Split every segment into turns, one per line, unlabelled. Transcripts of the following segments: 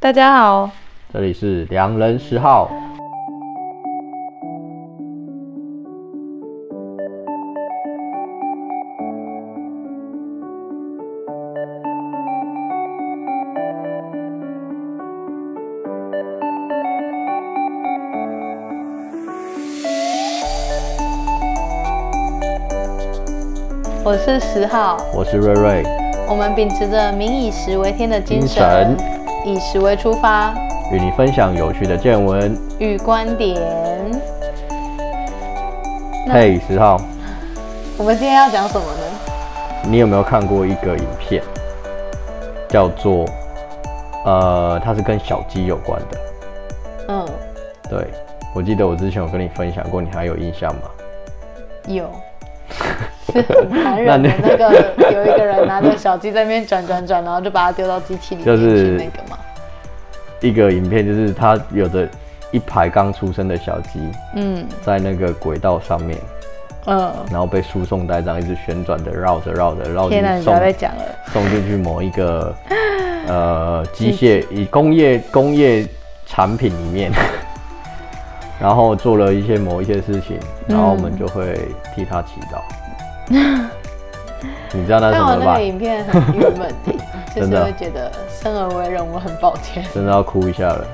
大家好，
这里是良人十号。
我是十号。
我是瑞瑞，
我们秉持着“民以食为天”的精
精神
神，以食为出发，
与你分享有趣的见闻。
与观点。那
嘿，十号，
我们今天要讲什么呢？
你有没有看过一个影片，叫做呃，它是跟小鸡有关的？
嗯，
对，我记得我之前有跟你分享过，你还有印象吗？
有，是很残忍的那个，有一个人拿着小鸡在那边转转转，然后就把它丢到机器里面
就
去
是
那个嘛。
一个影片就是它有着一排刚出生的小鸡
嗯
在那个轨道上面，
嗯，
然后被输送带这样一直旋转的绕着绕着绕
天哪，
进
你不要
送
再讲了。
送进去某一 个呃机械以工业工业产品里面， 然后做了一些某一些事情，然后我们就会替他祈祷。你知道
看
那是
完
什么了
那
吧
个？影片很郁闷 欸，就
真
是
的
会觉得生而为人，我很抱歉。
真的要哭一下了。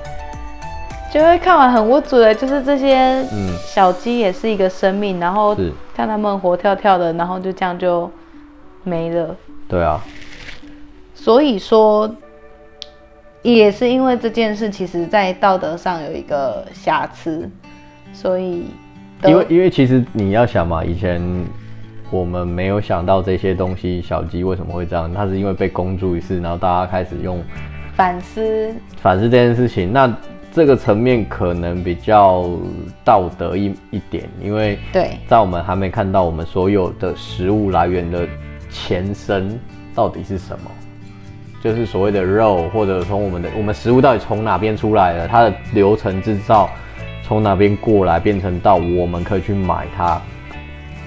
就会看完很无助的，就是这些
嗯
小鸡也是一个生命，然后
是
看它们活跳跳的，然后就这样就没了。
对啊，
所以说，也是因为这件事，其实在道德上有一个瑕疵，所以德
因为因为其实你要想嘛，以前我们没有想到这些东西，小鸡为什么会这样？它是因为被公诸于世，然后大家开始用
反思
反思这件事情，那这个层面可能比较道德一一点，因为
对
在我们还没看到我们所有的食物来源的前身到底是什么，就是所谓的肉，或者从我们的我们食物到底从哪边出来的，它的流程制造从哪边过来，变成到我们可以去买它，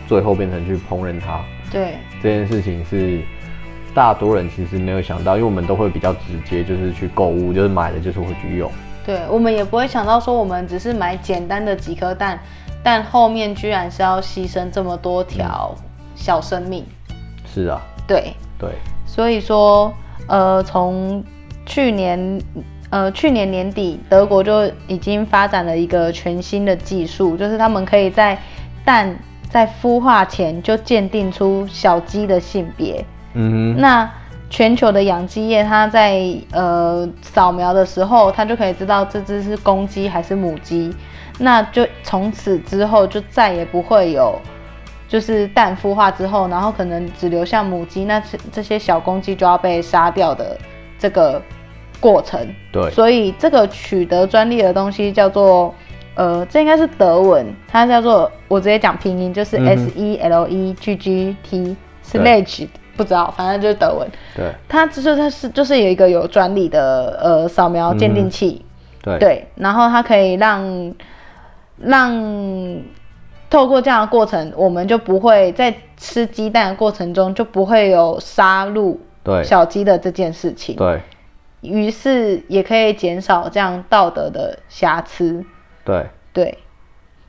最后变成去烹饪它。
对
这件事情是大多人其实没有想到，因为我们都会比较直接，就是去购物，就是买了就是回去用。
对，我们也不会想到说我们只是买简单的几颗蛋，但后面居然是要牺牲这么多条
嗯
小生命，
是啊，
对。
对，
所以说，呃，从去年，呃，去年年底，德国就已经发展了一个全新的技术，就是他们可以在蛋在孵化前就鉴定出小鸡的性别。
嗯哼，
那全球的养鸡业，它在呃扫描的时候，它就可以知道这只是公鸡还是母鸡，那就从此之后就再也不会有，就是蛋孵化之后，然后可能只留下母鸡，那这这些小公鸡就要被杀掉的这个过程。
对，
所以这个取得专利的东西叫做，呃，这应该是德文，它叫做我直接讲拼音，就是
嗯哼
S E L E G G T
对
Slage，不知道，反正就是德文。
对，
它就是它是就是有一个有专利的呃扫描鉴定器，
嗯对，
对，然后它可以让让透过这样的过程，我们就不会在吃鸡蛋的过程中就不会有杀戮
对，
小鸡的这件事情。
对，
于是也可以减少这样道德的瑕疵。
对，
对，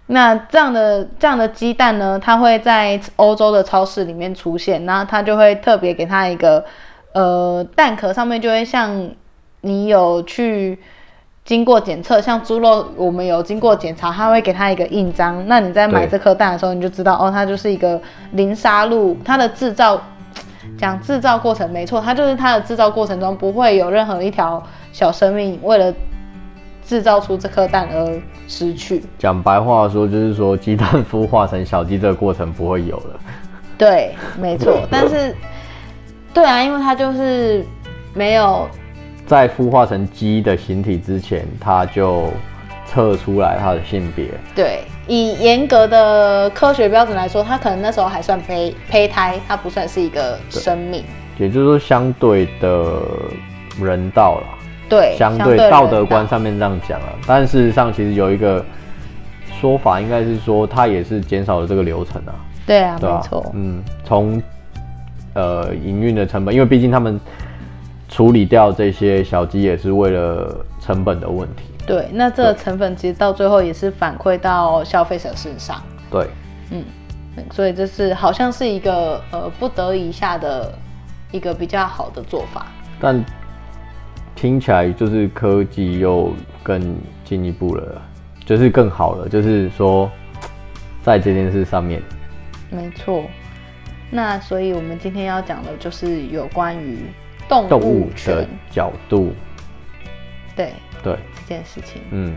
那这样的这样的鸡蛋呢，它会在欧洲的超市里面出现，然后它就会特别给它一个呃蛋壳上面就会像你有去。经过检测，像猪肉，我们有经过检查，它会给它一个印章。那你在买
对
这颗蛋的时候，你就知道哦，它就是一个零杀戮，它的制造讲制造过程没错，它就是它的制造过程中不会有任何一条小生命为了制造出这颗蛋而失去。
讲白话说就是说，鸡蛋孵化成小鸡这个过程不会有了。
对，没错。但是，对啊，因为它就是没有
在孵化成鸡的形体之前，它就测出来它的性别。
对以严格的科学标准来说，它可能那时候还算胚胚胎，它不算是一个生命。
也就是说，相对的人道啦，
对，
相对道德观上面这样讲啊。但事实上，其实有一个说法，应该是说它也是减少了这个流程啊，
对啊，
对吧、
没错，
嗯，从呃营运的成本，因为毕竟他们处理掉这些小鸡也是为了成本的问题。
对，那这个成本其实到最后也是反馈到消费者身上，
对，
嗯所以这是好像是一个呃不得已下的一个比较好的做法。
但听起来就是科技又更进一步了，就是更好了，就是说在这件事上面，
没错，那所以我们今天要讲的就是有关于动
动
物
物
权
的角度，
对
对，
这件事情。
嗯，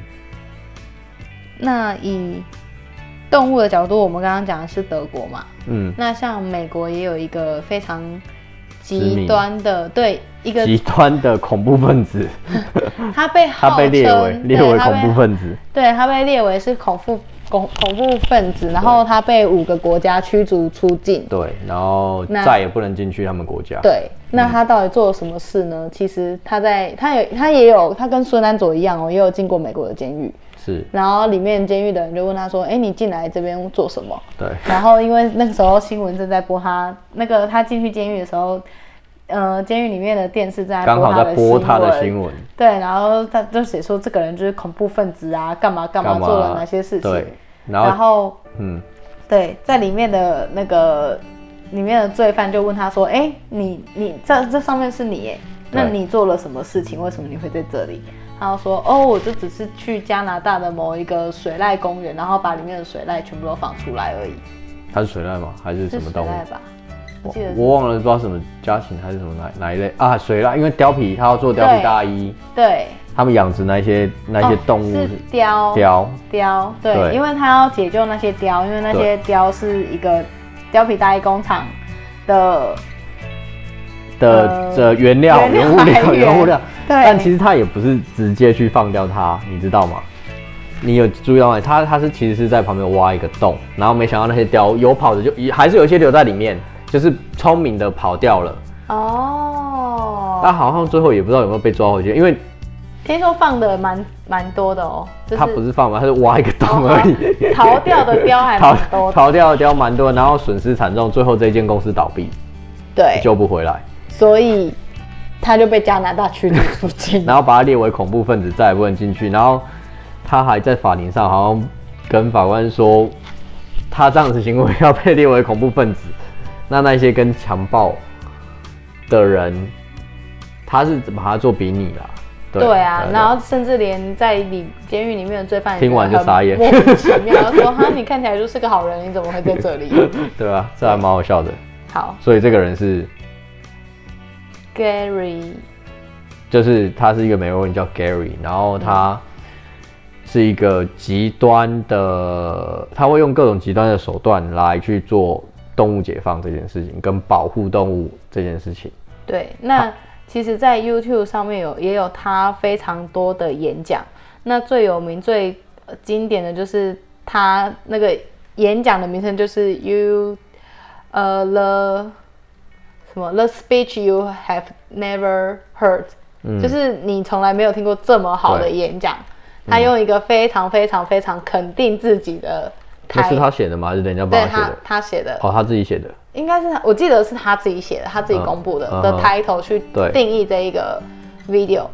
那以动物的角度，我们刚刚讲的是德国嘛，
嗯，
那像美国也有一个非常
知
极
名
端的，对一个
极端的恐怖分 子，
他被号
他被列为
称
列
对
为
他
恐
被
怖分子，
对他被列为是恐怖恐恐怖分子，然后他被五个国家驱逐出境。
对，然后
那
再也不能进去他们国家，
对，
嗯
那他到底做了什么事呢？其实他在他有他也有他跟孙安佐一样哦，也有进过美国的监狱，
是，
然后里面监狱的人就问他说：“哎，你进来这边做什么？”
对，
然后因为那个时候新闻正在播他那个他进去监狱的时候，呃，监狱里面的电视正在
刚好在播他的
新
新
闻。
闻，
对，然后他就写说这个人就是恐怖分子啊，干嘛干嘛做了哪些事情，
对，然
然
后
后
嗯，
对，在里面的那个里面的罪犯就问他说：“哎、你你这这上面是你耶，
对
那你做了什么事情？为什么你会在这里？”他就说：“哦，我就只是去加拿大的某一个水濑公园，然后把里面的水濑全部都放出来而已，
他是水濑吗？还
是
是什么
水
动物？
濑吧？我记得是
我忘了不知道什么家禽还是什么哪哪一类啊，水啦，因为貂皮它要做貂
对
皮大衣，
对，
他们养殖那些那些
哦
动物
是雕
貂，
雕，对，
对
因为他要解救那些雕，因为那些雕是一个貂皮大衣工厂的，
的
呃
这原料、
原
原
料
物料、
来源
原物料，
对
但其实它也不是直接去放掉它，你知道吗？你有注意到吗？它它是其实是在旁边挖一个洞，然后没想到那些貂有跑的就也还是有一些留在里面，就是聪明的跑掉了。
哦，
它好像最后也不知道有没有被抓回去，因为
听说放的蛮蛮多的哦，就是哦
它不是放嘛，它是挖一个洞而已。
逃掉的雕还
逃
蛮多的，
逃掉的雕蛮多，然后损失惨重，最后这间公司倒闭，
对，
救不回来，
所以他就被加拿大驱逐出 境。
然后把他列为恐怖分子，再也不能进去。然后他还在法庭上好像跟法官说，他这样子行为要被列为恐怖分子。那那些跟强暴的人，他是把他做比拟啦。
对啊，然后甚至连在里监狱里面的罪犯也
听完
觉得
就傻眼
很莫名其妙，说哈你看起来就是个好人，你怎么会在 这里？
对啊，这还蛮好笑的。
好
所以这个人是，
，Gary，
就是他是一个美国人叫 Gary，然后他是一个极端的，他会用各种极端的手段来去做动物解放这件事情，跟保护动物这件事情。
对，那其实，在 YouTube 上面有也有他非常多的演讲。那最有名、最呃经典的就是他那个演讲的名称就是 “You 呃 the 什么 the speech you have never heard”，、就是
嗯
你从来没有听过这么好的
对
演讲。他用一个非常非常非常肯定自己的
那
台，
是他写的吗？还是人家帮
对
他写
他
的？
他写的，
哦，他自己写的。
应该是他我记得是他自己写的，他自己公布的、
嗯
的
嗯
title 去
对
定义这一个 video。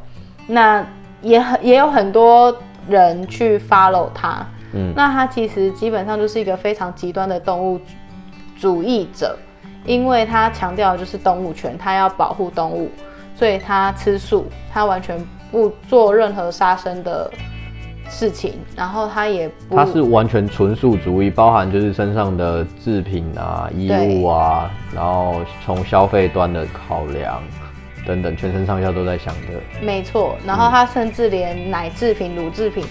那也很也有很多人去 follow 他，
嗯
那他其实基本上就是一个非常极端的动物主义者，因为他强调的就是动物权，他要保护动物，所以他吃素，他完全不做任何杀生的事情，然后他也不
他是完全纯素主义，包含就是身上的制品啊、衣物啊，然后从消费端的考量等等，全身上下都在想着。
没错，然后他甚至连奶制品、乳制品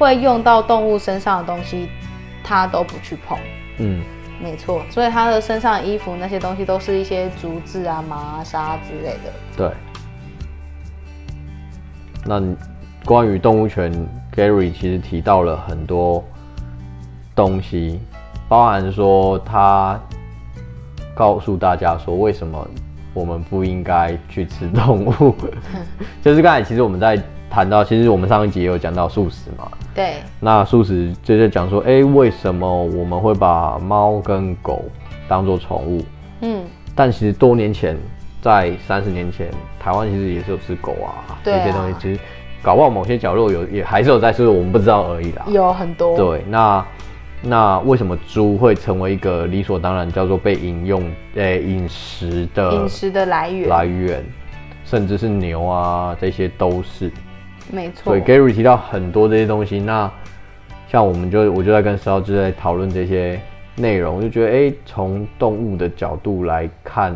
会用到动物身上的东西，他都不去碰。
嗯，
没错，所以他的身上的衣服那些东西都是一些竹子啊、麻纱之类的。
对。那你关于动物权，Gary 其实提到了很多东西，包含说他告诉大家说为什么我们不应该去吃动物，就是刚才其实我们在谈到，其实我们上一集也有讲到素食嘛，
对
那素食就在讲说，哎、为什么我们会把猫跟狗当做宠物？
嗯，
但其实多年前，在三十年前，台湾其实也是有吃狗啊，
对啊
这些东西，其实搞不好某些角落有也还是有在吃，我们不知道而已啦。
有很多，
对，那那为什么猪会成为一个理所当然叫做被饮用诶饮、食的
饮食的来源，
来源，甚至是牛啊这些都是。
没错
对，，Gary 提到很多这些东西，那像我们就我就在跟石浩志在讨论这些内容，我就觉得诶，从、动物的角度来看，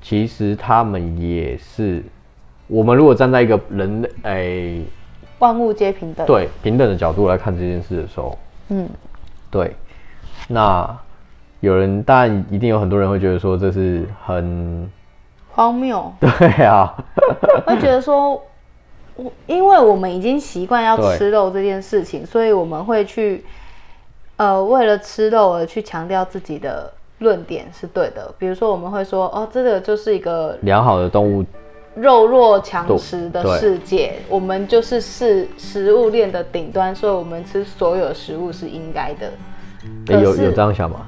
其实他们也是我们如果站在一个人类诶、
万物皆平等，，
对平等的角度来看这件事的时候，
嗯，
对，那有人当然一定有很多人会觉得说这是很，
荒谬
对啊，
会觉得说，我因为我们已经习惯要
对
吃肉这件事情，所以我们会去，呃，为了吃肉而去强调自己的论点是对的，比如说我们会说，哦，这个就是一个
良好的动物
肉弱强食
对
的世界，我们就是是食物链的顶端，所以我们吃所有食物是应该的。
诶有
可是
有这样想吗？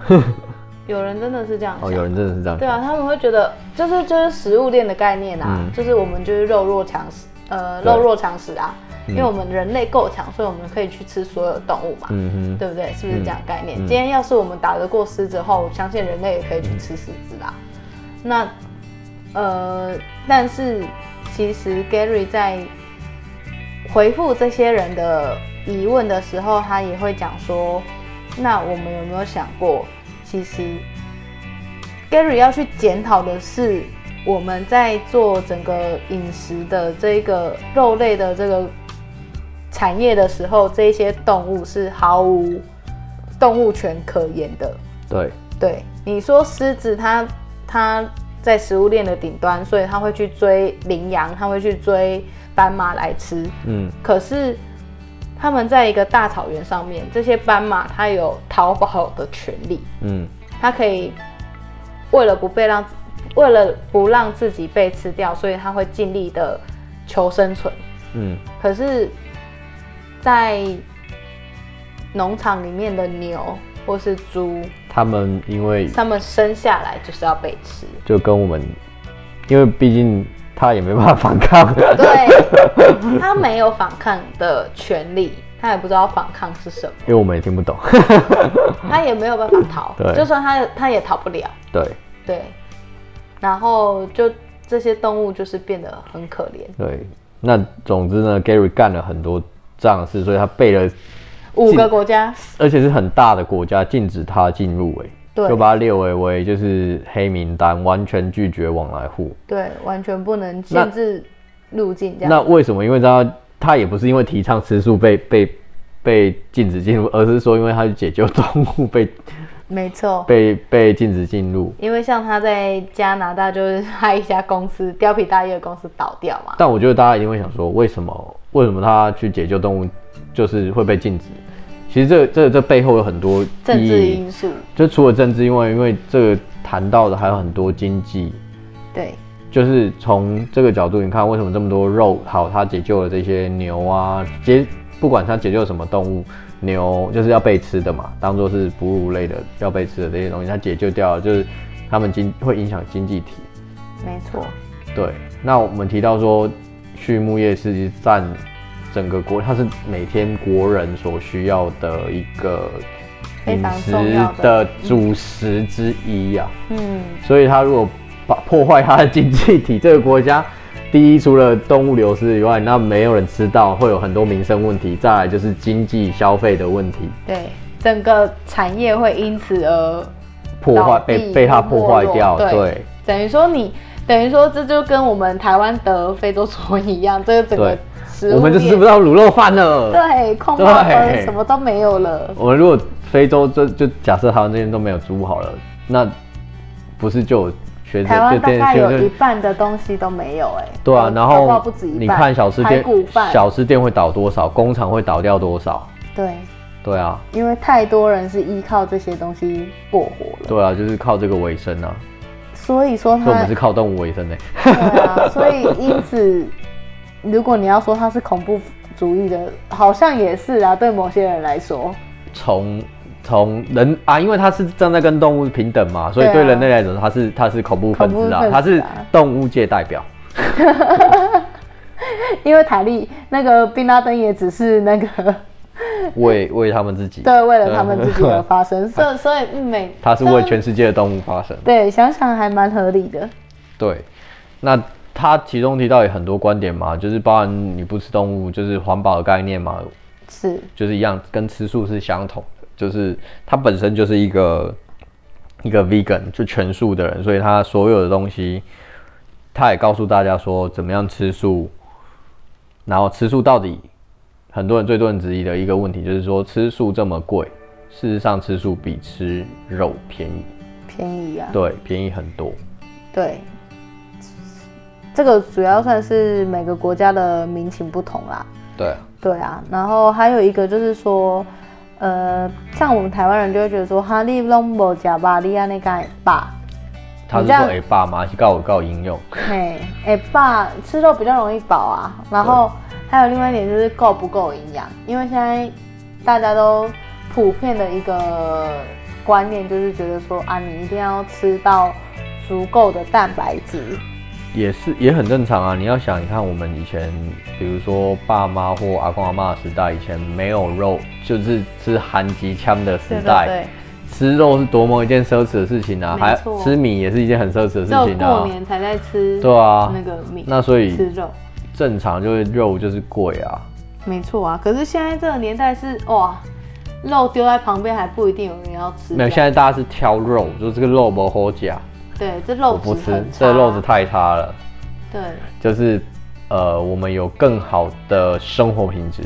有人真的是这样想，
哦，有人真的是这样想
对。啊，他们会觉得就是就是食物链的概念啊，
嗯
就是我们就是肉弱强食，呃，
对嗯
肉弱强食啊，因为我们人类够强，所以我们可以去吃所有动物嘛，
嗯哼。
对不对？是不是这样的概念？今天要是我们打得过狮子后，我相信人类也可以去吃狮子啦。那呃，但是其实 Gary 在回复这些人的疑问的时候，他也会讲说，那我们有没有想过，其实 Gary 要去检讨的是，我们在做整个饮食的这个肉类的这个产业的时候，这一些动物是毫无动物权可言的。
对，
对，你说狮子它它在食物链的顶端，所以它会去追羚羊，它会去追斑马来吃。
嗯，
可是它们在一个大草原上面，这些斑马它有逃跑的权利。
嗯，
它可以为了不被让，为了不让自己被吃掉，所以它会尽力的求生存。
嗯，
可是，在农场里面的牛或是猪，
他们因为
它们生下来就是要被吃。
就跟我们，因为毕竟他也没办法反抗，
对，它没有反抗的权利，它也不知道反抗是什么，
因为我们也听不懂。
它也没有办法逃
对。
就算它它也逃不了。
对
对，然后就这些动物就是变得很可怜。
对，那总之呢，Gary 干了很多这样的事，所以他背了，
五个国家，
而且是很大的国家禁止他进入、欸，
对
就把他列为为就是黑名单，完全拒绝往来户。
对，完全不能限制入境这
那
样。
为什么？因为他他也不是因为提倡吃素被被被禁止进入，而是说因为他去解救动物被
没错，
被被禁止进入。
因为像他在加拿大，就是他一家公司貂皮大衣的公司倒掉嘛，
但我觉得大家一定会想说，为什么为什么他去解救动物就是会被禁止？其实这这这背后有很多
政
意
治
义，
因素，
就除了政治，因为因为这个谈到的还有很多经济，
对
就是从这个角度，你看为什么这么多肉？好，他解救了这些牛啊，解不管他解救什么动物，牛就是要被吃的嘛，当做是哺乳类的要被吃的这些东西，他解救掉了，就是他们经会影响经济体。
没错，
对，那我们提到说，畜牧业是占整个国，它是每天国人所需要的一个
非
饮
常
食
重要的
的主食之一啊呀、
嗯，
所以它如果把破坏它的经济体，这个国家第一除了动物流失以外，那没有人吃到，会有很多民生问题，再来就是经济消费的问题，
对，整个产业会因此而
破
倒
坏
闭
被被它破坏掉，
没落
对
对，等于说你，等于说这就跟我们台湾得非洲猪瘟一样，这个整个
对
食物
我们就
链
吃不到卤肉饭了。
对，空包
对
什么都没有了，
我们如果非洲就就假设台湾这边都没有猪好了，那不是就有学者
台湾
就
大概
学
有
者
一半的东西都没有哎、
对
搞
啊，然
搞不好不
后
止一半，
你看小吃
排
店
骨饭，
小吃店会倒多少，工厂会倒掉多少？
对，
对啊，
因为太多人是依靠这些东西过活了，
对啊，就是靠这个为生啊，
所以说
所以我
它
们是靠动物为生的、
对啊，所以因此，如果你要说它是恐怖主义的，好像也是啊，对某些人来说，
从从人啊，因为它是站在跟动物平等嘛，所以
对啊
对人类来讲，它是它是恐怖分
恐
子
怖
啊
分，子啊
它是动物界代表。
因为塔利那个宾拉登也只是那 个
为为他们自己，
对为了他们自己而发生，所以所以嗯每
他是为全世界的动物发声。
对想想还蛮合理的。
对，那他其中提到有很多观点嘛，就是包含你不吃动物，就是环保的概念嘛，
是，
就是一样，跟吃素是相同的，就是他本身就是一个一个 vegan 就全素的人，所以他所有的东西，他也告诉大家说怎么样吃素，然后吃素到底，很多人最多人质疑的一个问题就是说吃素这么贵，事实上吃素比吃肉便宜，
便宜啊，
对，便宜很多，
对，这个主要算是每个国家的民情不同啦。
对，
对啊，然后还有一个就是说，呃，像我们台湾人就会觉得说，哈利拢无假吧，你安尼啊干吧，
他是
你这
说
样
哎爸妈是告我告应用，
嘿，哎爸，吃肉比较容易饱啊。然后还有另外一点就是够不够营养，因为现在大家都普遍的一个观念就是觉得说啊，你一定要吃到足够的蛋白质，
也是也很正常啊。你要想，你看我们以前，比如说爸妈或阿公阿妈时代，以前没有肉，就是吃韩籍腔的时代，吃肉是多么一件奢侈的事情啊，
没
还
错
吃米也是一件很奢侈的
只有
事情
过
啊。
年才在吃
对啊，
那个米，
那所
吃
以
肉。
正常就是肉就是贵啊，
没错啊，可是现在这个年代是哇，肉丢在旁边还不一定有人要吃。
没有。现在大家是挑肉，就是这个肉不好假，
对这
我
肉质
不吃
很，差啊
这肉质太差了。
对，
就是呃，我们有更好的生活品质，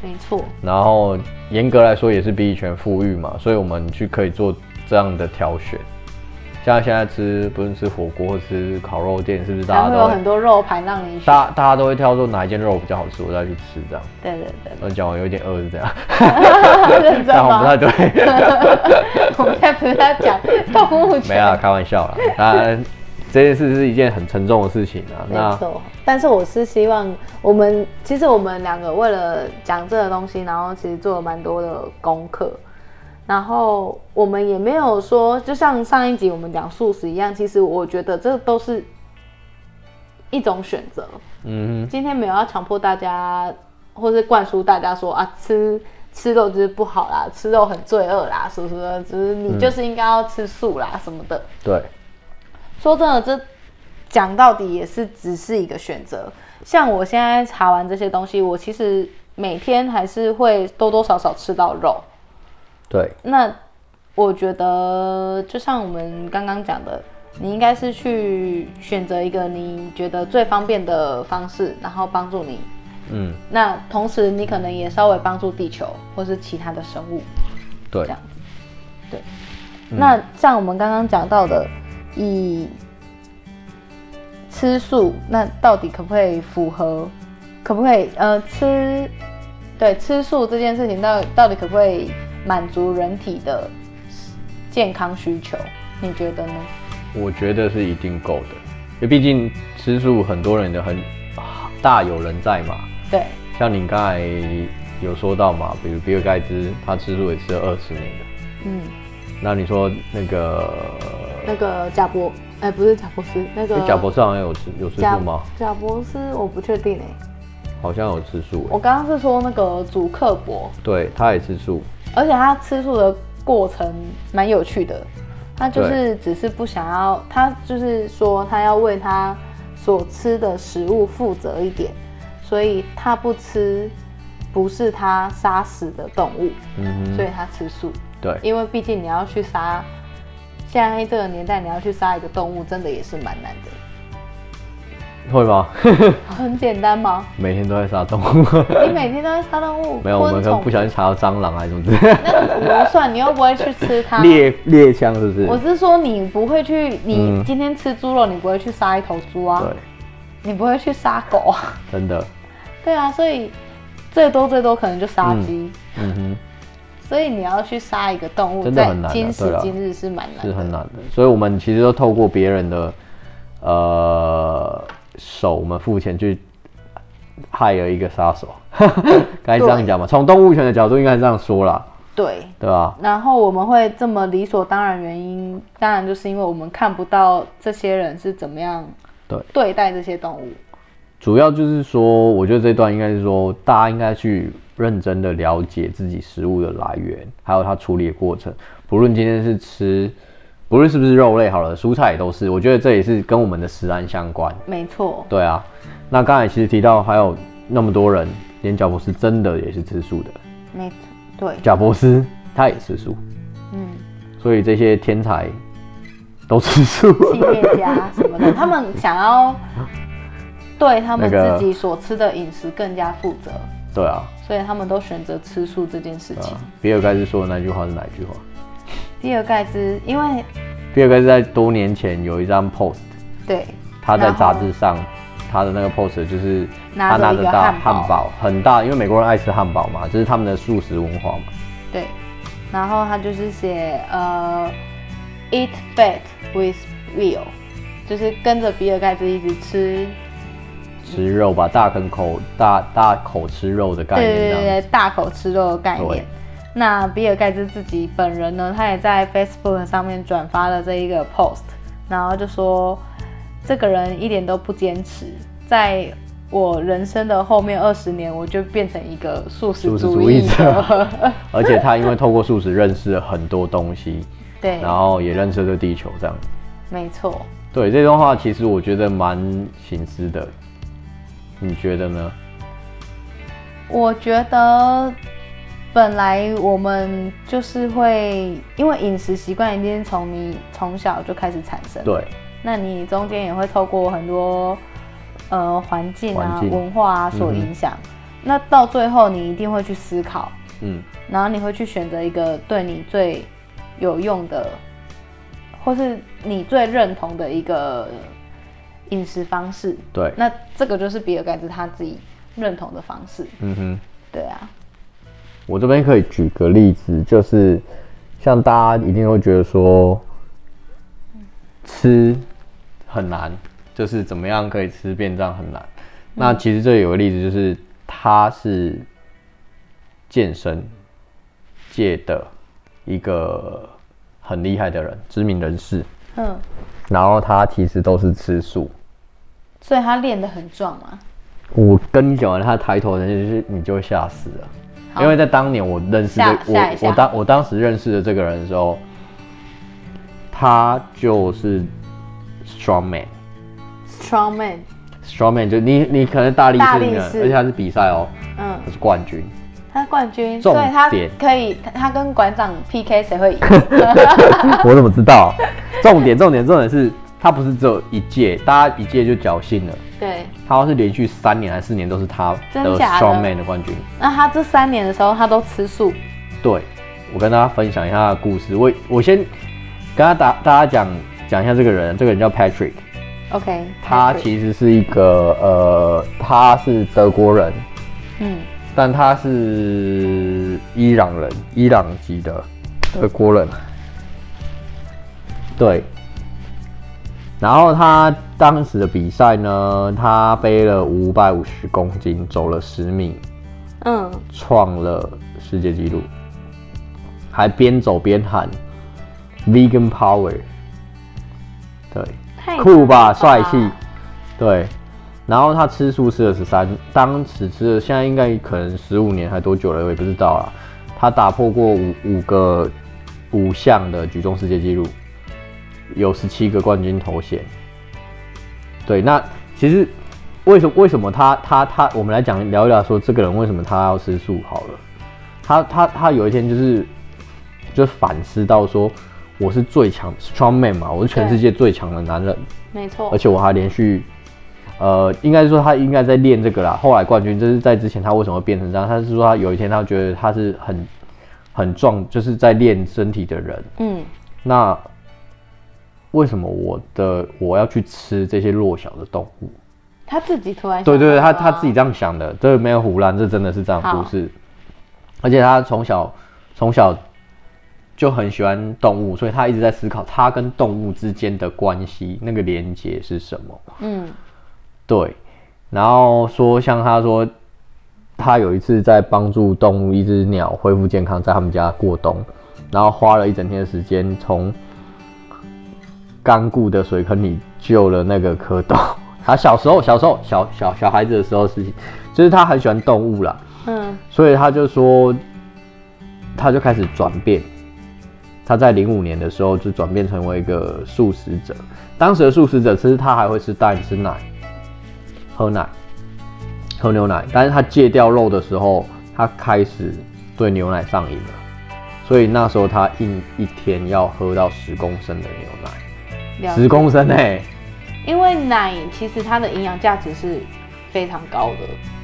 没错，
然后严格来说也是比以前富裕嘛，所以我们去可以做这样的挑选。像现在吃，不论吃火锅或吃烤肉店，是不是大
还会
家都
有很
会
多肉排让你选。
大大家都会挑说哪一间肉比较好吃，我再去吃这样。
对对对
我讲完有点饿 是这样，
对， 认
这
真
样好像不太
吗？
对，
我们现在不是在讲动物
没啊啦，
权，
开玩笑啦。当然这件事是一件很沉重的事情啊。
没
那
错。但是我是希望我们，其实我们两个为了讲这个东西，然后其实做了蛮多的功课。然后我们也没有说，就像上一集我们讲素食一样，其实我觉得这都是一种选择。
嗯
今天没有要强迫大家，或是灌输大家说啊，吃吃肉就是不好啦，吃肉很罪恶啦，什么什么，就是你就是应该要吃素啦、什么的。
哼，对，
说真的，这讲到底也是只是一个选择。像我现在查完这些东西，我其实每天还是会多多少少吃到肉。
对，
那我觉得，就像我们刚刚讲的，你应该是去选择一个你觉得最方便的方式，然后帮助你
嗯，
那同时，你可能也稍微帮助地球或是其他的生物。
对
这，样那像我们刚刚讲到的，以吃素，那到底可不可以符合？可不可以呃吃？对，吃素这件事情到到底可不可以满足人体的健康需求？你觉得呢？
我觉得是一定够的，因为毕竟吃素很多人的很啊大有人在嘛。
对，
像你刚才有说到嘛，比如比尔盖茨，他吃素也吃了二十年了。
嗯，
那你说那个
那个贾博，哎、不是贾博士，那个
诶贾博士好像有吃有吃
贾
素吗？
贾博士，我不确定哎、
好像有吃素、
我
欸，
刚刚是说那个祖克伯，
对，他也吃素。
而且他吃素的过程蛮有趣的，他就是只是不想要，他就是说他要为他所吃的食物负责一点，所以他不吃不是他杀死的动物，
嗯
所
哼，
以他吃素，
对，
因为毕竟你要去杀，现在这个年代你要去杀一个动物，真的也是蛮难的，
会吗？
很简单吗？
每天都在 杀动物，
你每天都在杀动物，
没有，我们可
昆
能
虫
不小心查到蟑螂还是什么之类的，
那个不算，你又不会去吃它。
猎猎枪是不是？
我是说，你不会去，你
嗯
今天吃猪肉，你不会去杀一头猪啊，
对，
你不会去杀狗啊，
真的，
对啊，所以最多最多可能就杀鸡，
嗯哼。
所以你要去杀一个动物，
真的
在
很难啊
今时
对啊
今日是蛮难
是很
的，
难的。所以我们其实都透过别人的呃手，我们付钱去 害了一个杀手，该这样讲吧？从动物权的角度应该这样说啦。
对，
对吧？
然后我们会这么理所当然，原因当然就是因为我们看不到这些人是怎么样
对
对待这些动物。
主要就是说，我觉得这段应该是说，大家应该去认真的了解自己食物的来源，还有它处理的过程。不论今天是吃，不论是不是肉类好了，蔬菜也都是。我觉得这也是跟我们的食安相关。
没错，
对啊，那刚才其实提到还有那么多人，连贾博士真的也是吃素的，
没错，对，
贾博士他也吃素，
嗯，
所以这些天才都吃素。
企业家什 么的，他们想要对他们
那个
自己所吃的饮食更加负责，
对啊，
所以他们都选择吃素这件事情。
比尔盖茨说的那句话是哪一句话？
比尔盖茨，因为
比尔盖茨在多年前有一张 post，
对
他在
然后
杂志上他的那个 post 就是
拿
他
着
拿
一个
着大
汉堡
汉堡，很大，因为美国人爱吃汉堡嘛，这是他们的素食文化嘛。
对，然后他就是写呃，eat fat with will，就是跟着比尔盖茨一直吃，
吃肉吧，大口口大大口吃肉的概
对
念
对
这
对
样
对
子，，
大口吃肉的概念
对。
那比尔盖茨自己本人呢，他也在 Facebook 上面转发了这一个 post，然后就说这个人一点都不坚持，在我人生的后面二十年，我就变成一个素食
素食
主
主
义
义
者
者。而且他因为透过素食认识了很多东西，
对，
然后也认识了这地球这样。
没错。
对这段话，其实我觉得蛮醒思的，你觉得呢？
我觉得本来我们就是会，因为饮食习惯一定是从你从小就开始产生，，
对，
那你中间也会透过很多呃环境啊、
环境
文化啊所
嗯哼
影响，那到最后你一定会去思考，
嗯，
然后你会去选择一个对你最有用的，或是你最认同的一个饮食方式。
对，
那这个就是比尔盖茨他自己认同的方式，
嗯哼。
对啊。
我这边可以举个例子，就是像大家一定会觉得说，吃很难，就是怎么样可以吃便当很难。那其实这里有个例子，就是他是健身界的一个很厉害的人，知名人士。
嗯，
然后他其实都是吃素。
所以他练得很壮嘛。
我跟你讲完他的抬头，就是你就会吓死了。
好
因为在当年我认识
吓
的
吓一
我
下
我当我当时认识的这个人的时候，他就是 strong man，strong
Strong man，
man 就你你可能大力
大
士
力
你可能，
士
而且他是比赛哦，
嗯
他，是冠军，
他冠军，
重
所以他
点
可以，他他跟馆长 PK 谁会赢？
我怎么知道？ 重点重点重点是他不是只有一届，大家一届就侥幸了，
对，
他好像是连续三年还是四年都是他
真
得
假的
strong man 的冠军。
那他这三年的时候，他都吃素，
对，我跟大家分享一下他的故事。我我先跟他打大家讲讲一下这个人，这个人叫 Patrick，
OK，
他
还是
其实是一个呃，他是德国人，
嗯，
但他是伊朗人，伊朗籍的德国人。对。然后他当时的比赛呢，他背了五百五十公斤，走了十米，
嗯，
创了世界纪录，还边走边喊 “Vegan Power”，对，
太
酷吧，
强
帅
了
气，对。然后他吃素吃了十三，当时吃了，现在应该可能十五年还多久了，我也不知道啦。他打破过五五个五项的举重世界纪录，有十七个冠军头衔。对，那其实为什么为什么他他他，我们来讲聊一聊说这个人为什么他要吃素好了。他他他有一天就是就反思到说，我是最强 strong man 嘛，我是全世界最强的男人，
没错
而，且我还连续。呃，应该是说他应该在练这个啦。后来冠军，这是在之前他为什么会变成这样？他是说他有一天他觉得他是很很壮，就是在练身体的人，
嗯，
那为什么我的我要去吃这些弱小的动物？
他自己突然想
对对对，
到啊
他
的
他
吗
自己这样想的，这没有胡乱，这真的是这样的
好
故事。而且他从小从小就很喜欢动物，所以他一直在思考他跟动物之间的关系，那个连接是什么。
嗯
对，然后说像他说，他有一次在帮助动物，一只鸟恢复健康，在他们家过冬，然后花了一整天的时间，从干固的水坑里救了那个蝌蚪。 他小时候，小时候，小小小孩子的时候的事情，就是他很喜欢动物啦，
嗯
所以他就说，他就开始转变。他在零五年的时候就转变成为一个素食者。当时的素食者，其实他还会吃蛋、吃奶、喝奶、喝牛奶，但是他戒掉肉的时候，他开始对牛奶上瘾了。所以那时候他一一天要喝到十公升的牛奶，
了
十
解。
公升哎、
因为奶其实它的营养价值是非常高的，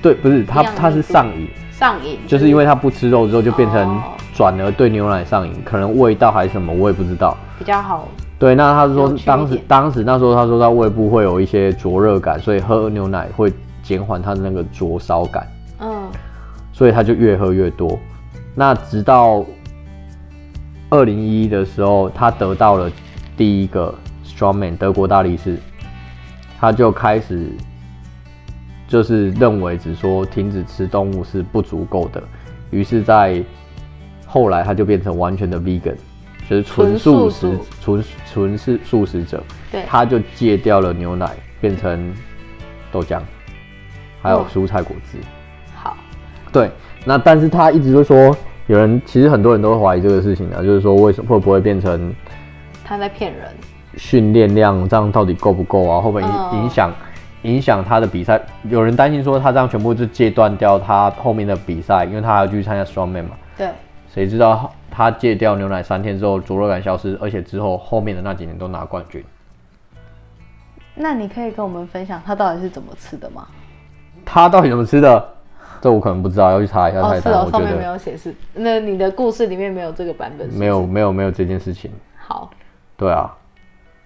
对，不是他
一样的
他是
意思
上瘾，
上瘾
就是因为他不吃肉之后就变成
哦
转而对牛奶上瘾，可能味道还是什么，我也不知道。
比较好。
对，那他是
有
说
趣一
当时
点
当时那时候他说他胃部会有一些灼热感，所以喝牛奶会减缓他的那个灼烧感，
嗯，
所以他就越喝越多。那直到二零一一的时候，他得到了第一个 strongman 德国大力士，他就开始就是认为只说停止吃动物是不足够的，于是，在后来他就变成完全的 vegan，就是纯
纯素
素食
主、
纯纯是素食者，
对，
他就戒掉了牛奶，变成豆浆，还有
哦
蔬菜果汁。
好，
对，那但是他一直就说，有人其实很多人都会怀疑这个事情啊，就是说为什么会不会变成
他在骗人。
训练量这样到底够不够啊？会不会影
嗯
影响、影响他的比赛？有人担心说他这样全部就戒断掉他后面的比赛，因为他还要去参加 strongman 嘛。
对，
谁知道他戒掉牛奶三天之后，灼热感消失，而且之后后面的那几年都拿冠军。
那你可以跟我们分享他到底是怎么吃的吗？
他到底怎么吃的？这我可能不知道，要去查一下
哦，
菜
是
单。
哦，
我觉
上面没
得
有显示。那你的故事里面没有这个版本是不是
没有没有没有这件事情。
好，
对啊，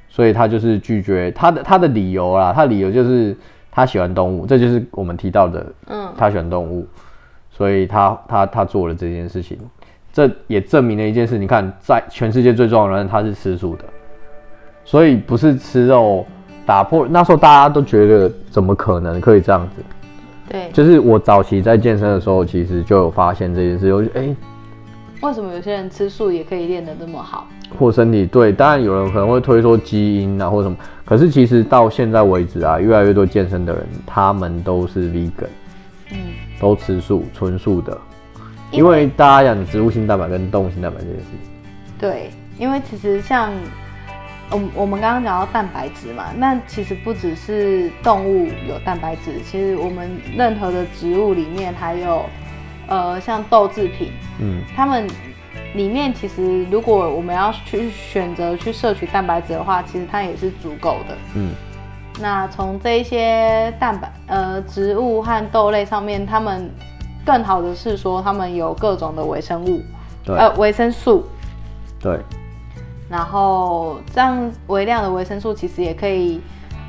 所以他就是拒绝他的他的理由啦，他的理由就是他喜欢动物，这就是我们提到的，
嗯，
他喜欢动物，所以他他他做了这件事情，这也证明了一件事，你看，在全世界最重要的人他是吃素的，所以不是吃肉打破，那时候大家都觉得怎么可能可以这样子，
对。
就是我早期在健身的时候，其实就有发现这件事，我就哎、
为什么有些人吃素也可以练得这么好？
或身体对，当然有人可能会推说基因啊或什么，可是其实到现在为止啊，越来越多健身的人，他们都是 vegan，
嗯，
都吃素，纯素的，
因
因为大家讲植物性蛋白跟动物性蛋白这件事情，
对，因为其实像我们我们刚刚讲到蛋白质嘛，那其实不只是动物有蛋白质，其实我们任何的植物里面还有，呃，像豆制品，
嗯，
它们里面其实如果我们要去选择去摄取蛋白质的话，其实它也是足够的。
嗯，
那从这一些蛋白呃植物和豆类上面，它们更好的是说它们有各种的维生物，
对、
呃维生素，
对，
然后这样微量的维生素其实也可以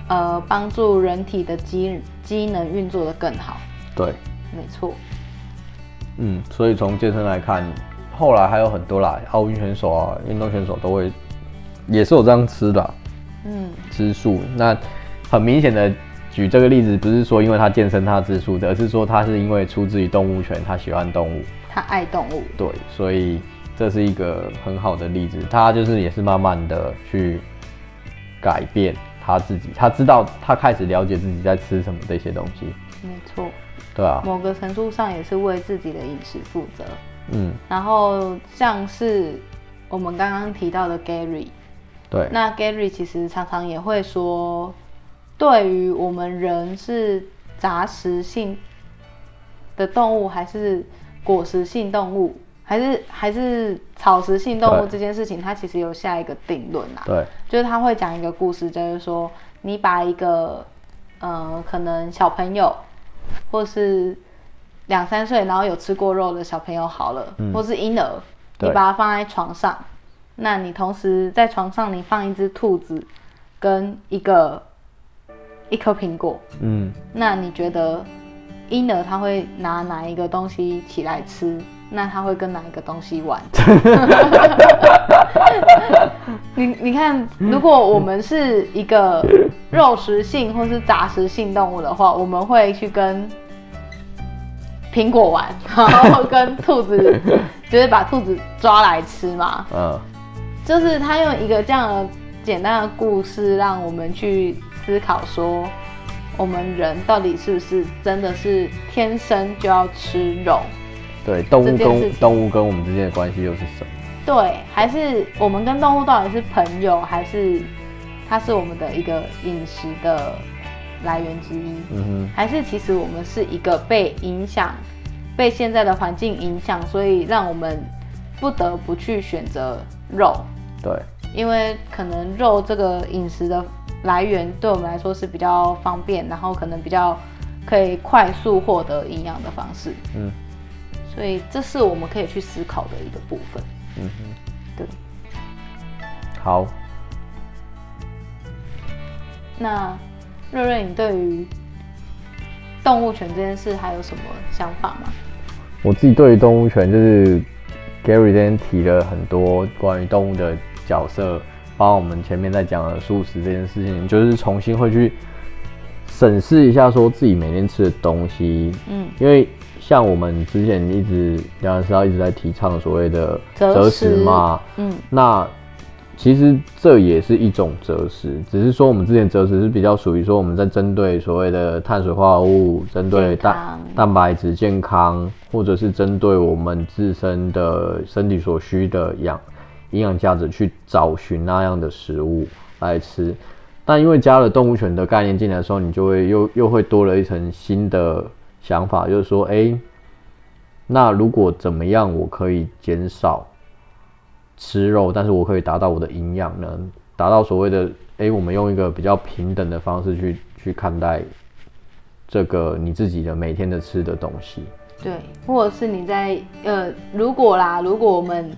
呃帮助人体的机机能运作的更好。
对，
没错，
嗯，所以从健身来看，后来还有很多啦，奥运选手啊，运动选手都会，也是有这样吃的啊、
嗯，
吃素。那很明显的举这个例子，不是说因为他健身他吃素的，而是说他是因为出自于动物权，他喜欢动物，
它爱动物，
对，所以这是一个很好的例子。他就是也是慢慢的去改变他自己，他知道他开始了解自己在吃什么这些东西，
没错，
对啊，
某个程度上也是为自己的饮食负责。
嗯，
然后像是我们刚刚提到的 Gary，
对，
那 Gary 其实常常也会说，对于我们人是杂食性的动物，还是果实性动物，还是还是草食性动物
对
这件事情，他其实有下一个定论啊啦。
对，
就是他会讲一个故事，就是说你把一个呃，可能小朋友或是两三岁，然后有吃过肉的小朋友好了，或是婴儿，你
对
把它放在床上，那你同时在床上你放一只兔子跟一个一颗苹果，
嗯，
那你觉得婴儿他会拿哪一个东西起来吃？那他会跟哪一个东西玩？你你看，如果我们是一个肉食性或是杂食性动物的话，我们会去跟苹果丸，然后跟兔子，就是把兔子抓来吃嘛。
嗯，
就是他用一个这样的简单的故事，让我们去思考说，我们人到底是不是真的是天生就要吃肉？
对，动物
这件事
跟
情
动物跟我们之间的关系又是什么？
对，还是我们跟动物到底是朋友，还是它是我们的一个饮食的来源之一？
嗯哼，
还是其实我们是一个被影响，被现在的环境影响，所以让我们不得不去选择肉，
对，
因为可能肉这个饮食的来源对我们来说是比较方便，然后可能比较可以快速获得营养的方式，
嗯
所以这是我们可以去思考的一个部分。
嗯哼，
对，
好，
那瑞瑞，你对于动物权这件事还有什么想法吗？
我自己对于动物权就是 Gary 今天提了很多关于动物的角色，包括我们前面在讲的素食这件事情，就是重新会去审视一下，说自己每天吃的东西，
嗯，
因为像我们之前一直梁老师要一直在提倡所谓的
择食
食嘛，
嗯，
那其实这也是一种择食，只是说我们之前择食是比较属于说我们在针对所谓的碳水化合物，针对
健
蛋
康
蛋白质健康，或者是针对我们自身的身体所需的养营养价值去找寻那样的食物来吃。但因为加了动物权的概念进来的时候，你就会又又会多了一层新的想法，就是说，哎、那如果怎么样我可以减少吃肉，但是我可以达到我的营养呢？达到所谓的，诶，我们用一个比较平等的方式去去看待这个你自己的每天的吃的东西。
对，或者是你在呃，如果啦，如果我们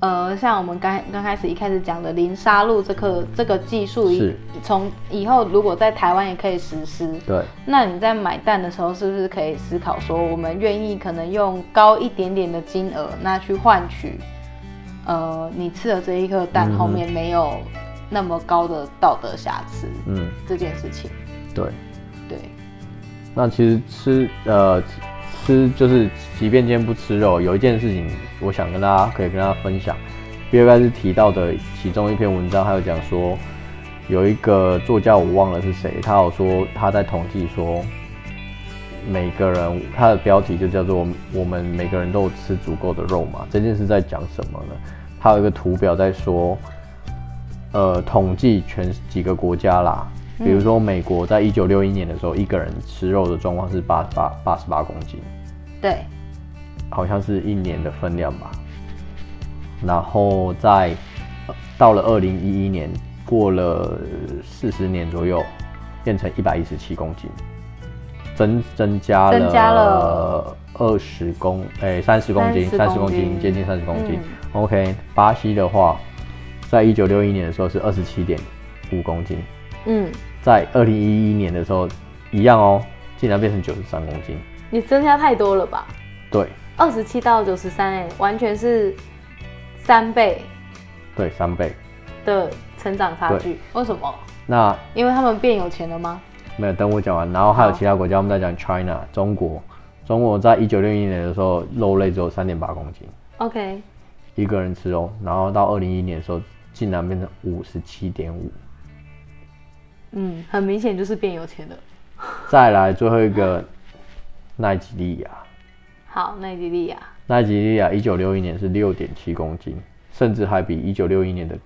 呃，像我们刚刚开始一开始讲的零杀戮这个这个技术以，
是
从以后如果在台湾也可以实施，
对，
那你在买蛋的时候是不是可以思考说，我们愿意可能用高一点点的金额，那去换取呃你吃的这一颗蛋
嗯哼
后面没有那么高的道德瑕疵、
嗯，
这件事情，
对。
对，
那其实吃，呃，吃就是，即便今天不吃肉，有一件事情，我想跟大家可以跟大家分享。比尔盖茨提到的其中一篇文章，还有讲说，有一个作家我忘了是谁，他有说他在统计说，每个人他的标题就叫做“我们每个人都有吃足够的肉嘛”。这件事在讲什么呢？他有一个图表在说，呃，统计全几个国家啦，比如说美国，在一九六一年的时候，一个人吃肉的状况是八八八十八公斤，
对，
好像是一年的分量吧。然后在呃到了二零一一年，过了四十年左右，变成一百一十七公斤，增增加了
增加了
二十公哎三十公斤，
30
三十公
公
斤
斤
接近三十公斤
嗯。
OK，巴西的话，在一九六一年的时候是二十七点五公斤，
嗯，
在二零一一年的时候一样哦，竟然变成九十三公斤。
你增加太多了吧？
对
二十七到九十三，哎，完全是三倍
对，三倍。
的成长差距。为什么？
那
因为他们变有钱了吗？
没有等我讲完，然后还有其他国家，我们在讲 China 中国，中国在一九六一年的时候肉类只有三点八公斤，
OK，
一个人吃哦，然后到二零一一年的时候竟然变成五十七点五。
嗯，很明显就是变有钱了。
再来最后一个，奈及利亚，
好，奈及利亚，
奈及利亚一九六一年是六点七公斤，甚至还比一九六一年的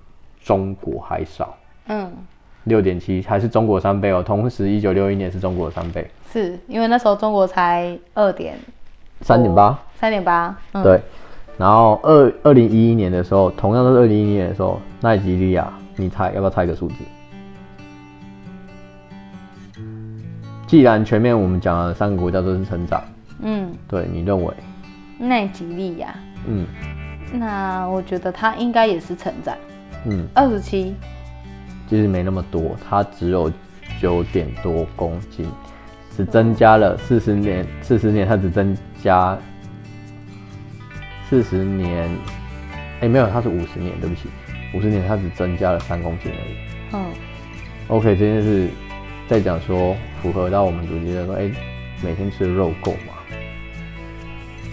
中国还少。
嗯，
六点七，还是中国三倍哦。同时，一九六一年是中国三倍，
是因为那时候中国才二点
三点八，
三点八，嗯，
对。然后二二零一一年的时候，同样都是二零一一年的时候，奈及利亚，你猜要不要猜个数字？既然前面我们讲了三个国家都是成长，
嗯，
对你认为，
奈及利亚，
嗯
那我觉得它应该也是成长，
嗯，
二十七，
其实没那么多，它只有九点多公斤，只增加了四十年，四十年它只增加四十年，哎、没有，它是五十年，对不起，五十年它只增加了三公斤而已。
嗯，
OK，这件事在讲说符合到我们主题的说，哎、每天吃的肉够吗？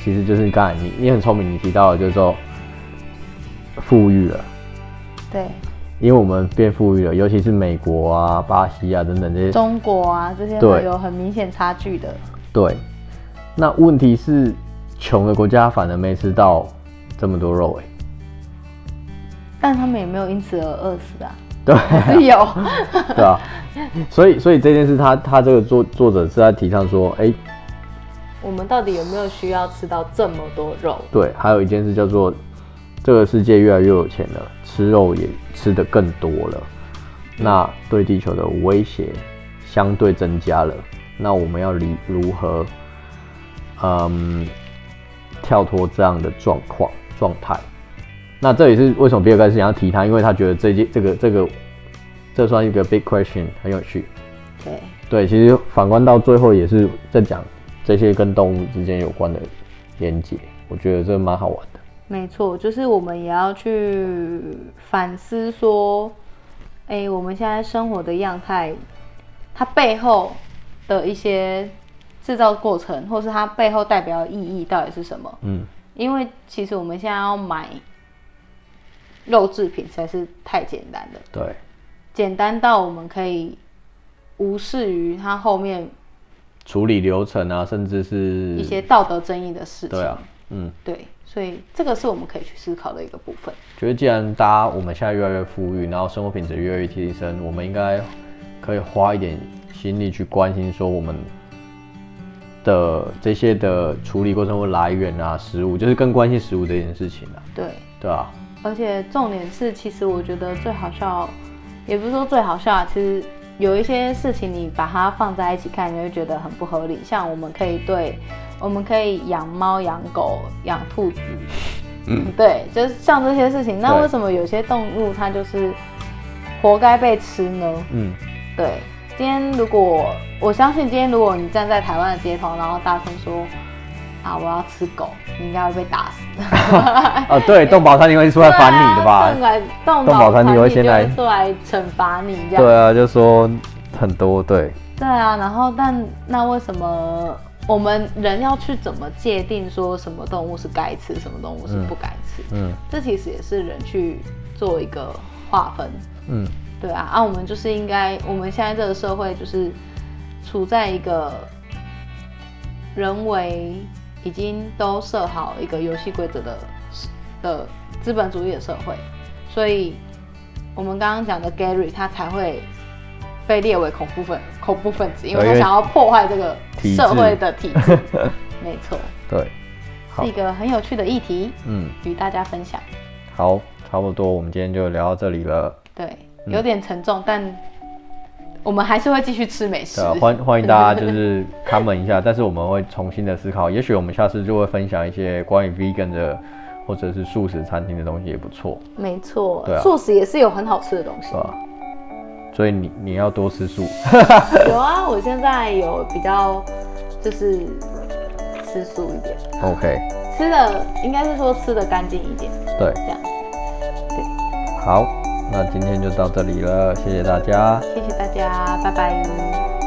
其实就是刚才你你很聪明，你提到的就是说富裕了，
对，
因为我们变富裕了，尤其是美国啊、巴西啊等等这些。
中国啊这些
对
会有很明显差距的。
对，那问题是穷的国家反而没吃到这么多肉哎、
但他们也没有因此而饿死啊，
对。
还是有。
对啊，所以所以这件事他，他这个作作者是在提倡说，哎、
我们到底有没有需要吃到这么多肉？
对，还有一件事叫做这个世界越来越有钱了，吃肉也吃的更多了，那对地球的威胁相对增加了，那我们要理如何，嗯，跳脱这样的状况状态？那这也是为什么比尔盖茨想要提他，因为他觉得这件这个这个这算一个 big question，很有趣。
对，
对，其实反观到最后也是在讲这些跟动物之间有关的连接，我觉得这蛮好玩的。
没错，就是我们也要去反思说，哎、我们现在生活的样态，它背后的一些制造过程，或是它背后代表的意义到底是什么？
嗯，
因为其实我们现在要买肉制品实在是太简单了，
对，
简单到我们可以无视于它后面
处理流程啊，甚至是
一
一
些道德争议的事情。
对啊，嗯，
对，所以这个是我们可以去思考的一个部分。
觉得既然大家我们现在越来越富裕，然后生活品质越来越提升，我们应该可以花一点心力去关心说我们的这些的处理过程或来源啊，食物，就是更关心食物这件事情啊，
对，
对啊，
而且重点是，其实我觉得最好笑，也不是说最好笑啊，其实有一些事情你把它放在一起看，你会觉得很不合理。像我们可以对，我们可以养猫、养狗、养兔子，对，就是像这些事情。那
对
为什么有些动物它就是活该被吃呢？
嗯，
对，今天如果我相信，今天如果你站在台湾的街头，然后大声说啊我要吃狗，你应该会被打死。
啊，对，动保餐厅会出来烦你的吧？
对啊动
动
保
保
团
团
体
体
会
会
先
先
来
来
出来惩罚你这样。
对啊，就说很多对，
对啊，然后但那为什么我们人要去怎么界定说什么动物是该吃，什么动物是不该吃？
嗯
这其实也是人去做一个划分。
嗯，
对啊，啊，我们就是应该，我们现在这个社会就是处在一个人为已经都设好一个游戏规则的的资本主义的社会，所以我们刚刚讲的 Gary 他才会被列为恐怖分恐怖分子，因为
对
他
因为
想要破坏这个
体制
社会的体制。 没错，
对，好
是一个很有趣的议题，
嗯，
与大家分享。
好，差不多，我们今天就聊到这里了。
对，
嗯
有点沉重，但我们还是会继续吃美食
对、。啊，欢 欢迎大家就是 comment 一下，但是我们会重新的思考，也许我们下次就会分享一些关于 vegan 的或者是素食餐厅的东西也不错，
没错
对，啊
素食也是有很好吃的东西
对。吧？所以你你要多吃素，
有啊，我现在有比较就是吃素一点，
OK，
吃的应该是说吃的干净一点，
对，
这样。
好，那今天就到这里了，谢谢大家。
谢谢大家，拜拜。